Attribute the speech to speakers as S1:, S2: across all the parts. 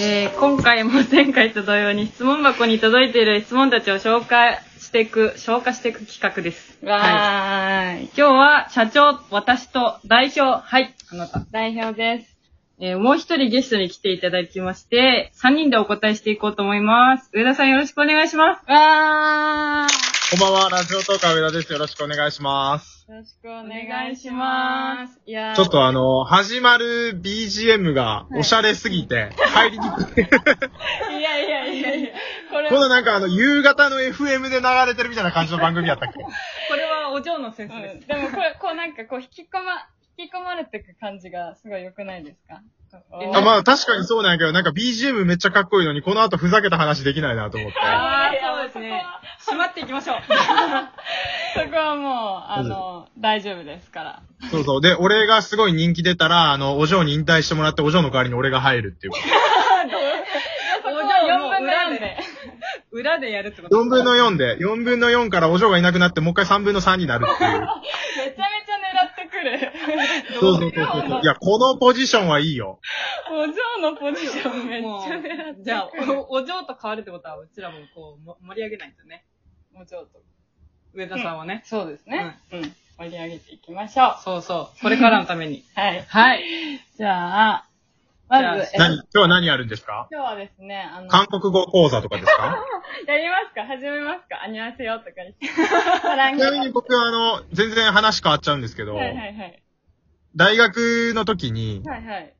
S1: えー今回も前回と同様に質問箱に届いている質問たちを紹介していく、消化していく企画です。はい。
S2: わーい。
S1: 今日は社長、私と代表、はい、あなた。
S2: 代表です。
S1: えーもう一人ゲストに来ていただきまして、3人でお答えしていこうと思います。上田さんよろしくお願いします。
S2: わー
S3: こんばんは、ラジオトーカー上田です。よろしくお願いします。
S2: よろしくお願いします。いやー
S3: ちょっとあの、始まる BGM がおしゃれすぎて、入りにくい。
S2: いやいやいやいや。これ
S3: このなんかあの、夕方の FM で流れてるみたいな感じの番組やったっけ
S1: これはお嬢のセンスです。
S2: うんでもこれ、こうなんかこう引き込ま、引き込まれてく感じがすごい良くないですか
S1: え
S3: あまあ確かにそうなんやけど、なんか BGM めっちゃかっこいいのに、この後ふざけた話できないなと思って。
S1: あーそうですね。閉まっていきましょう。
S2: そこはもう、あの、大丈夫ですから。
S3: そうそう。で、俺がすごい人気出たら、あの、お嬢に引退してもらって、お嬢の代わりに俺が入るっていう。
S1: そこはもう
S2: 4分の4で。
S1: 裏でやるってこと
S3: 4分の4で、4分の4からお嬢がいなくなって、もう一回3分の3になるっていう。
S2: めちゃめちゃ狙ってくる。
S3: そうそうそうそう。いや、このポジションはいいよ。
S2: お嬢のポジションめっちゃ狙ってくる。
S1: じゃあ、おお嬢と変わるってことは、うちらもこう、も盛り上げないとね。
S2: お嬢と。
S1: 上田さんはね。
S2: そうですね。うん。盛り上げていきましょう。
S1: そうそう。これからのために。
S2: はい。
S1: はい。
S2: じゃあ、まず、
S1: じ
S2: えっと
S3: 何、今日は何やるんですか
S2: 今日はですね、あの、
S3: 韓国語講座とかです か
S2: やりますか始めますかアニュアセヨとか言って。ご覧
S3: ち
S2: くだ
S3: な
S2: さ
S3: みに
S2: い
S3: 僕はあの、全然話変わっちゃうんですけど、
S2: はいはいはい。
S3: 大学の時に、
S2: はいはい。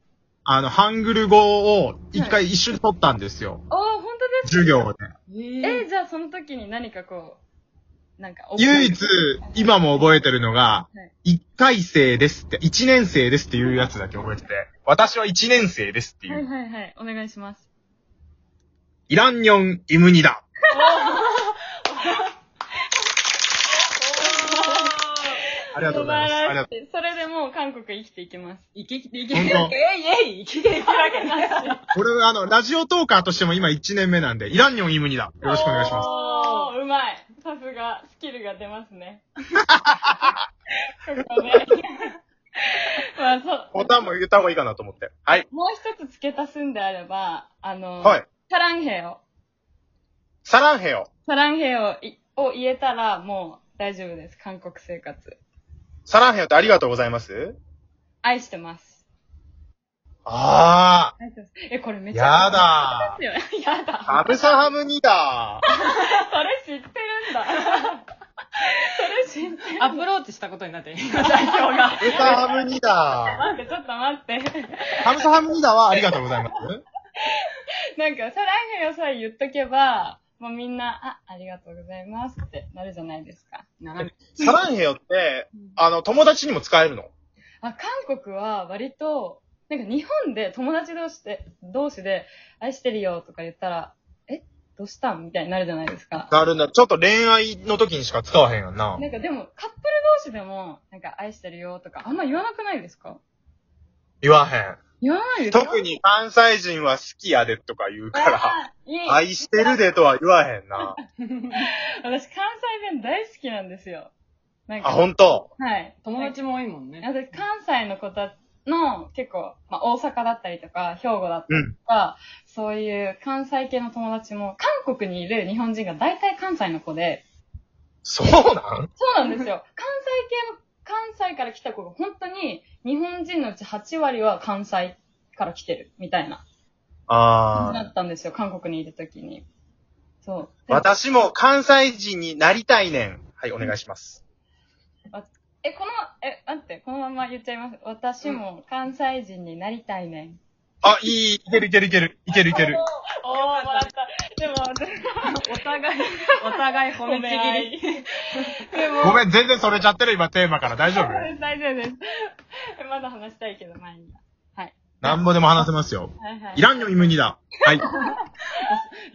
S3: あの、ハングル語を一回一瞬取ったんですよ。
S2: おー、本当です
S3: 授業で。
S2: えー、じゃあその時に何かこう、なんか、
S3: 唯一、今も覚えてるのが
S2: はい、
S3: 一回生ですって、一年生ですっていうやつだけ覚えてて、私は一年生ですってい、
S2: はいうはいはい。お願いします。
S3: イランニョン・イムニだ。ありがとうございます。ありがと
S2: しい。それでもう韓国生きていきます。
S1: いけ、いけ、いけ、
S3: 本当
S1: えい、いけ、いけるわけない。
S3: う。俺はあの、ラジオトーカーとしても今一年目なんで、イランニョン・イムニだ。よろしくお願いします。
S2: おー、うまい。さすが、スキルが出ますね。 ここで。 まあ、そう。
S3: ボタンも言った方がいいかなと思って。はい。
S2: もう一つ付け足すんであれば、あの、
S3: はい。
S2: サランヘヨ。
S3: サランヘヨ。
S2: サランヘヨをいを言えたら、もう大丈夫です。韓国生活。
S3: サランヘヨってありがとうございます
S2: 愛してます。
S3: あ
S2: 愛してます。え、これめ
S3: あ、
S2: ちゃ
S3: やだ
S2: くちゃですよ。 やだ。
S3: ハブサハムニだ
S2: それ知ってるんだ。 それ知ってる。
S1: アプローチしたことになってる。
S3: ハブサハムニだ
S2: 待って、ちょっと待って。
S3: ハブサハムニだはありがとうございます
S2: なんか、サランヘヨさえ言っとけば、もうみんな、あ、ありがとうございますってなるじゃないですか。
S3: サランヘヨって、あの、友達にも使えるの
S2: あ、韓国は割と、なんか日本で友達同士で、同士で、愛してるよとか言ったら、えどうしたんみたいになるじゃないですか。
S3: なるんだ。ちょっと恋愛の時にしか使わへんやんな。
S2: なんかでも、カップル同士でも、なんか愛してるよとか、あんま言わなくないですか
S3: 言わへ
S2: 言わないで
S3: ん。
S2: すか
S3: 特に関西人は好きやでとか言うから、
S2: あいい。
S3: 愛してるでとは言わへんな。
S2: 私、関西弁大好きなんですよ。なん
S3: あ、
S2: か、
S3: ほんと
S2: はい。
S1: 友達も多いもんね。
S2: 私、関西の子たの、結構、まあ、大阪だったりとか、兵庫だったり
S3: うん。
S2: とか、そういう関西系の友達も、韓国にいる日本人が大体関西の子で、
S3: そうなん
S2: そうなんですよ。関西系の、関西から来た子が本当に、日本人のうち8割は関西から来てる、みたいな、
S3: あ
S2: だったんですよ、韓国にいるときに。そう。で
S3: 私も関西人になりたいねん。はい、お願いします。
S2: え、この、え、待って、このまま言っちゃいます。私も関西人になりたいねん。
S3: あ、いい、いけるいけるいける。いけるいける。
S2: おー、もらった。でも、
S1: お互い、お互い褒めちぎり。
S2: り。でも、
S3: ごめん、全然それちゃってる、今テーマから。大丈夫
S2: 大丈夫です。まだ話したいけど、前には。はい。
S3: なんぼでも話せますよ。
S2: はいはい
S3: い。らんよ、イムニだ。はい。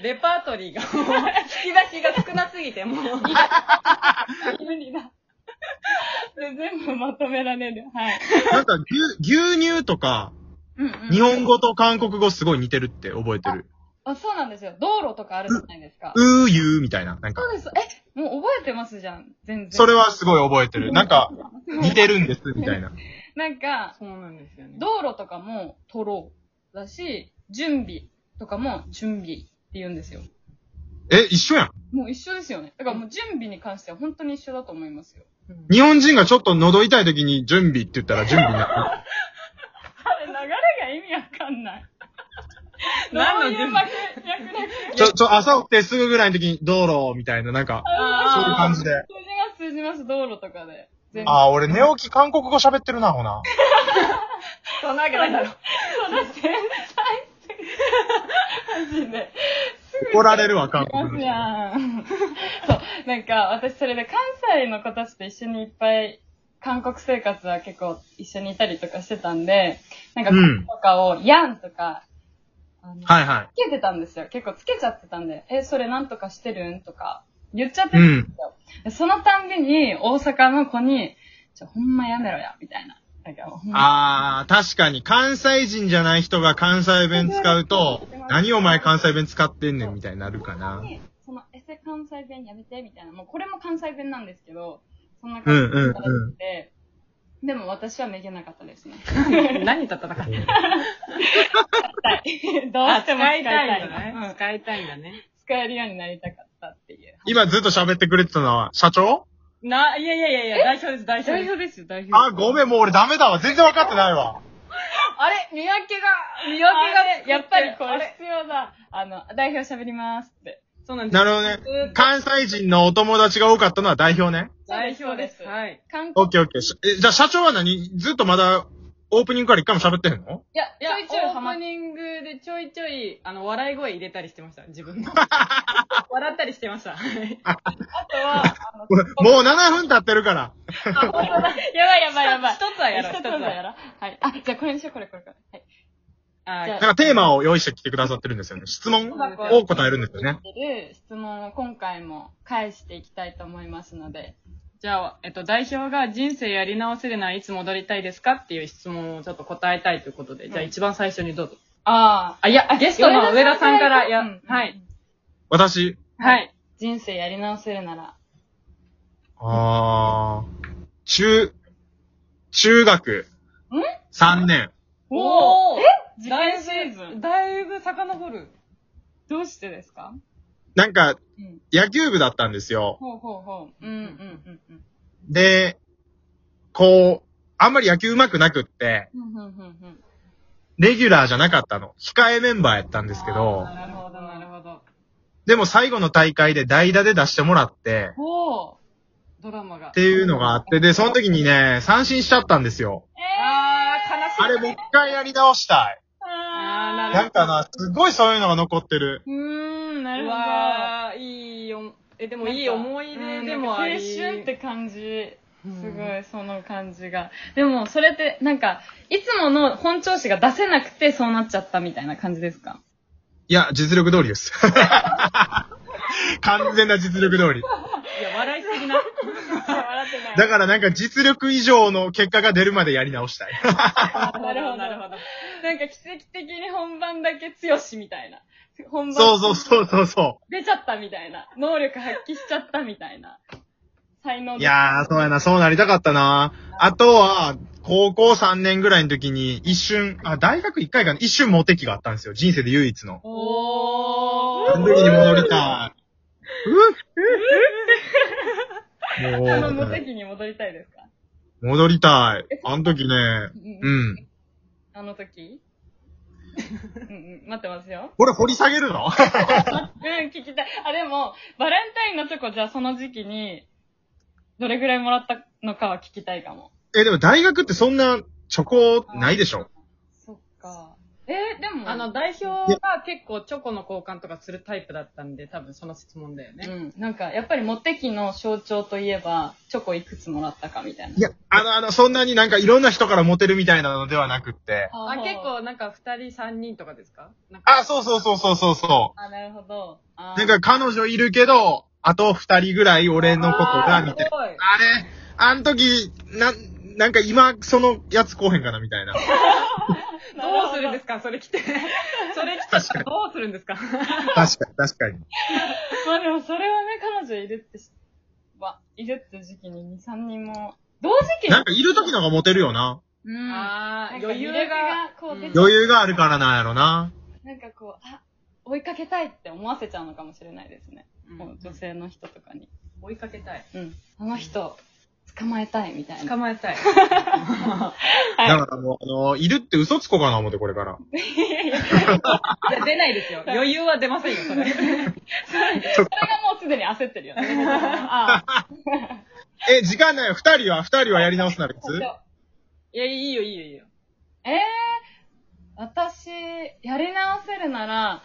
S1: レパートリーが、引き出しが少なすぎて、もう。
S2: 無理だ。で全部まとめられる。はい。
S3: なんか、牛、牛乳とか、
S2: うんうん
S3: 日本語と韓国語すごい似てるって覚えてる。
S2: あ、そうなんですよ。道路とかあるじゃないですか。
S3: うーゆーみたいな。なんか
S2: そ、うです。え、もう覚えてますじゃん。全然。
S3: それはすごい覚えてる。なんか、似てるんです、みたいな。
S2: なんか、
S1: そうなんですよね。
S2: 道路とかも取ろう。だし、準備とかも、準備って言うんですよ。
S3: え、一緒やん。
S2: もう一緒ですよね。だからもう準備に関しては本当に一緒だと思いますよ。
S3: 日本人がちょっと喉痛い時に準備って言ったら準備になる。
S2: あれ、流れが意味わかん ない。
S1: 何の準備
S2: どういう脈略
S3: ちょ、ちょ、朝起きてすぐぐらいの時に道路みたいな、なんか、
S1: あー
S3: そういう感じで。
S2: 通じます、通じます、道路とかで。全部。
S3: あー、俺寝起き韓国語喋ってるな、ほな。
S1: そんなわけないだろ。
S2: ね。
S3: 怒られるわ、韓
S2: ま
S3: 国
S2: す
S3: 語。
S2: やん。そう。なんか、私それで関西の子たちと一緒にいっぱい、韓国生活は結構一緒にいたりとかしてたんで、なんか、
S3: うん
S2: とかを、やんとか、あの
S3: はいは
S2: つけてたんですよ。結構つけちゃってたんで、え、それなんとかしてるんとか、言っちゃって
S3: い。う
S2: たんで
S3: ん。
S2: すよ。でそのたんびに、大阪の子に、ちょ、ほんまやめろや、みたいな。なんか、ほんま
S3: あー、確かに、関西人じゃない人が関西弁使うと、何お前関西弁使ってんねんみたいになるかな。
S2: に、その、エセ関西弁やめて、みたいな。もうこれも関西弁なんですけど、そんな
S3: うん
S2: 感じ
S3: う
S2: で
S3: んうん。
S2: でも私はめげなかったですね。
S1: 何と戦ったの
S2: どう
S1: あ、
S2: しても
S1: 使
S2: 使い
S1: い
S2: たい
S1: たいんだね。
S2: うん
S1: 使いたいんだね。
S2: 使えるようになりたかったっていう。
S3: 今ずっと喋ってくれてたのは、社長
S1: な、いやいやいやいや、代表です、代表です。
S2: ですよ、代表
S3: あー、ごめん、もう俺ダメだわ。全然分かってないわ。
S2: あれ見分けが、見分け
S1: あ
S2: がね、
S1: れ
S2: やっぱりこ
S1: あ
S2: れ
S1: れ
S2: 必要だ。あの、代表喋りますって。
S1: そうなんです。
S3: なるほどね。関西人のお友達が多かったのは代表ね。
S1: 代表です。
S2: い。
S1: はい。
S2: 韓国
S3: オッ、ケーオッケー。しえじゃあ社長は何ずっとまだオープニングから一回も喋ってへんの
S2: いや、
S1: いや、
S2: ちょいちょい
S1: オ
S2: ハマ
S1: ー
S2: っ
S1: プ
S2: て。
S1: ニングでちょいちょい、あの、笑い声入れたりしてました、自分の。笑ったりしてました。はい
S2: あとは、あの、
S3: もう7分経ってるから。
S2: やばいやばいやばい。
S1: 一つはやろう、
S2: 一
S1: 一
S2: つ
S1: つ
S2: は
S1: は
S2: や
S1: や
S2: ろう。はい。あ、じゃあこれにしよう、これこれこれ。はい。
S1: あ
S2: じゃ
S1: ー
S2: あ
S3: なんかテーマを用意してきてくださってるんですよね。質問を答えるんですよね。
S2: てる質問を今回も返していきたいと思いますので。
S1: じゃあ、えっと、代表が人生やり直せるならいつ戻りたいですかっていう質問をちょっと答えたいということで、じゃあ一番最初にどうぞ。
S2: あ
S1: あ、いや、ゲストの上田さんから、いや、はい。。
S3: 私、
S1: はい。
S2: 人生やり直せるなら。
S3: あー、中、中学
S2: ん
S3: 3年。
S1: おー
S2: 受験シーズン。
S1: だいぶ遡る。
S2: どうしてですか
S3: なんか
S2: うん。
S3: 野球部だったんですよ。
S2: ほうほうほう。うんうんうんうん。
S3: で、こう、あんまり野球上手くなくって、
S2: ふんふんふんふん。
S3: レギュラーじゃなかったの。控えメンバーやったんですけど
S1: あー、なるほど、なるほど。
S3: でも最後の大会で代打で出してもらって、
S2: ほう。
S1: ドラマが。
S3: っていうのがあって、で、その時にね、三振しちゃったんですよ。
S1: あー、悲しい。
S3: あれもう一回やり直したい。
S1: あー、なるほど。
S3: なんかな、すごいそういうのが残ってる。
S2: うーん、なる
S1: う
S2: ほど。
S1: わー、いいよ、え、でもいい思い出でもあり。
S2: うんなんか青春って感じ。
S1: うん
S2: すごい、その感じが。でも、それって、なんか、いつもの本調子が出せなくてそうなっちゃったみたいな感じですか
S3: いや、実力通りです。 完全な実力通り。
S1: いや、笑いすぎ な。
S2: 笑ってな
S3: だからなんか実力以上の結果が出るまでやり直したい。
S1: なるほど、なるほど。
S2: なんか奇跡的に本番だけ強しみたいな。本番
S3: そうそうそうそうそ
S2: 出ちゃったみたいな。能力発揮しちゃったみたいな。才能
S3: う。いやー、そうやな、そうなりたかったな。あとは、高校3年ぐらいの時に一瞬、あ、大学1回かな、一瞬モテ期があったんですよ。人生で唯一の。
S1: お
S3: あの時に戻りたい。うっ
S2: あの、
S3: も
S2: 無
S3: う、
S2: 責に戻りたいですか
S3: 戻りたい。あの時ね、うん。
S2: あの時うんうん、待ってますよ。
S3: これ掘り下げるの
S2: うん、聞きたい。あ、でも、バレンタインのチョコ、じゃあその時期に、どれぐらいもらったのかは聞きたいかも。
S3: え、でも大学ってそんなチョコないでしょ。
S2: そっか。えーでも、
S1: あの、、代表が結構チョコの交換とかするタイプだったんで、多分その質問だよ
S2: う
S1: ね。
S2: ん、なんか、やっぱりモテ期の象徴といえば、チョコいくつもらったかみたいない
S3: や、あの、あの、そんなになんかいろんな人からモテるみたいなのではなくって。
S1: あ、結
S2: 構。
S1: 構なんか二人三人とかですかなんか
S3: あ、そうそうそうそうそうそ
S2: あ、なるほど。あ
S3: う。
S2: ー
S3: なんか彼女いるけど、あと二人ぐらい俺のことが見て
S1: あーすごい
S3: あれ、あん時、な、なんか今、そのやつ来おへんかなみたい な。
S1: どうするんですかそれ来て。それ来て
S3: 確かに
S1: どうするんですか
S3: 確かに、確かに。
S2: まあでもそれはね、彼女いるってし、はいるって時期に2、3人も、同時期に
S3: なんかいる時の方がモテるよな。
S2: うん。
S1: あー、
S2: なんか
S1: 余裕
S2: 魅力
S1: が
S2: がこう出て
S1: うん
S3: 余裕があるからなんやろな。
S2: なんかこう、あ、追いかけたいって思わせちゃうのかもしれないですね。こう女
S1: 女性
S2: 性の人とかに。
S1: 追いかけたい。
S2: うん。あの人、捕まえたいみたいな。
S1: 捕まえた い。
S2: はい
S3: だからもう、あの、いるって嘘つこうかな思って、これから。
S1: いや出ないですよ。余裕は出ませんよ、そ れ。
S2: それがもうすでに焦ってるよね。 ああ、
S3: え、時間ないよ。二人は、二人はやり直すならいつ
S2: そう
S1: いや、いいよ、いいよ、いいよ。
S2: ええ私、やり直せるなら、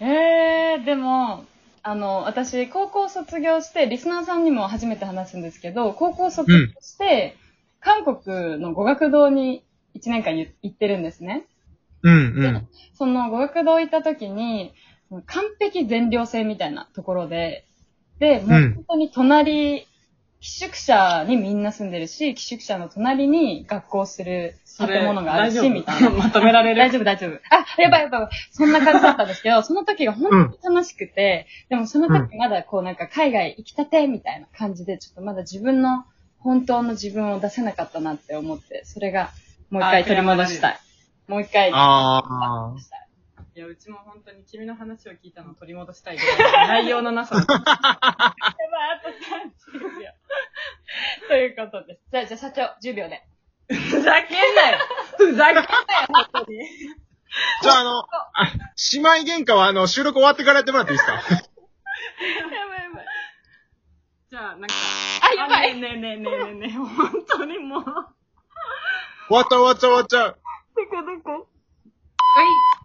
S2: ええでも、あの、私、高校卒業して、リスナーさんにも初めて話すんですけど、高校卒業して、韓国の語学堂に1年間ゆ行ってるんですね。
S3: うん、うん。
S2: その語学堂行った時に、その完璧全寮制みたいなところで、で、もう
S3: うん
S2: 本当に隣、寄宿舎にみんな住んでるし、寄宿舎の隣に学校する建物があるし、みたい な。
S1: まとめられ
S2: 大
S1: る。
S2: 丈夫、大丈夫。あ、やばい、やばい。そんな感じだったんです けど、その時が本当に楽しくて、でもその時まだこうなんか海外行きたてみたいな感じで、ちょっとまだ自分の、本当の自分を出せなかったなって思って、それがもう一回取り戻したい。もう一回。
S3: あ
S2: したい
S1: いや、うちも本当に君の話を聞いたのを取り戻したいぐらい。内容のなさだった。
S2: やばい、あと30秒。ということです。じゃあ、じゃあ社長、10秒で。
S1: ふざけんなよふざけんなよ、本当に。
S3: ー。じゃあ、あの、あ姉妹喧嘩は、あの、収録終わってからやってもらっていいですか
S2: やばい、やばい。
S1: じゃあ、なんか。
S2: あ、やばい。
S1: ねえねえねえねえねえねえ、本当にもう。
S3: 終わっちゃう、終わっちゃう、終わっちゃう。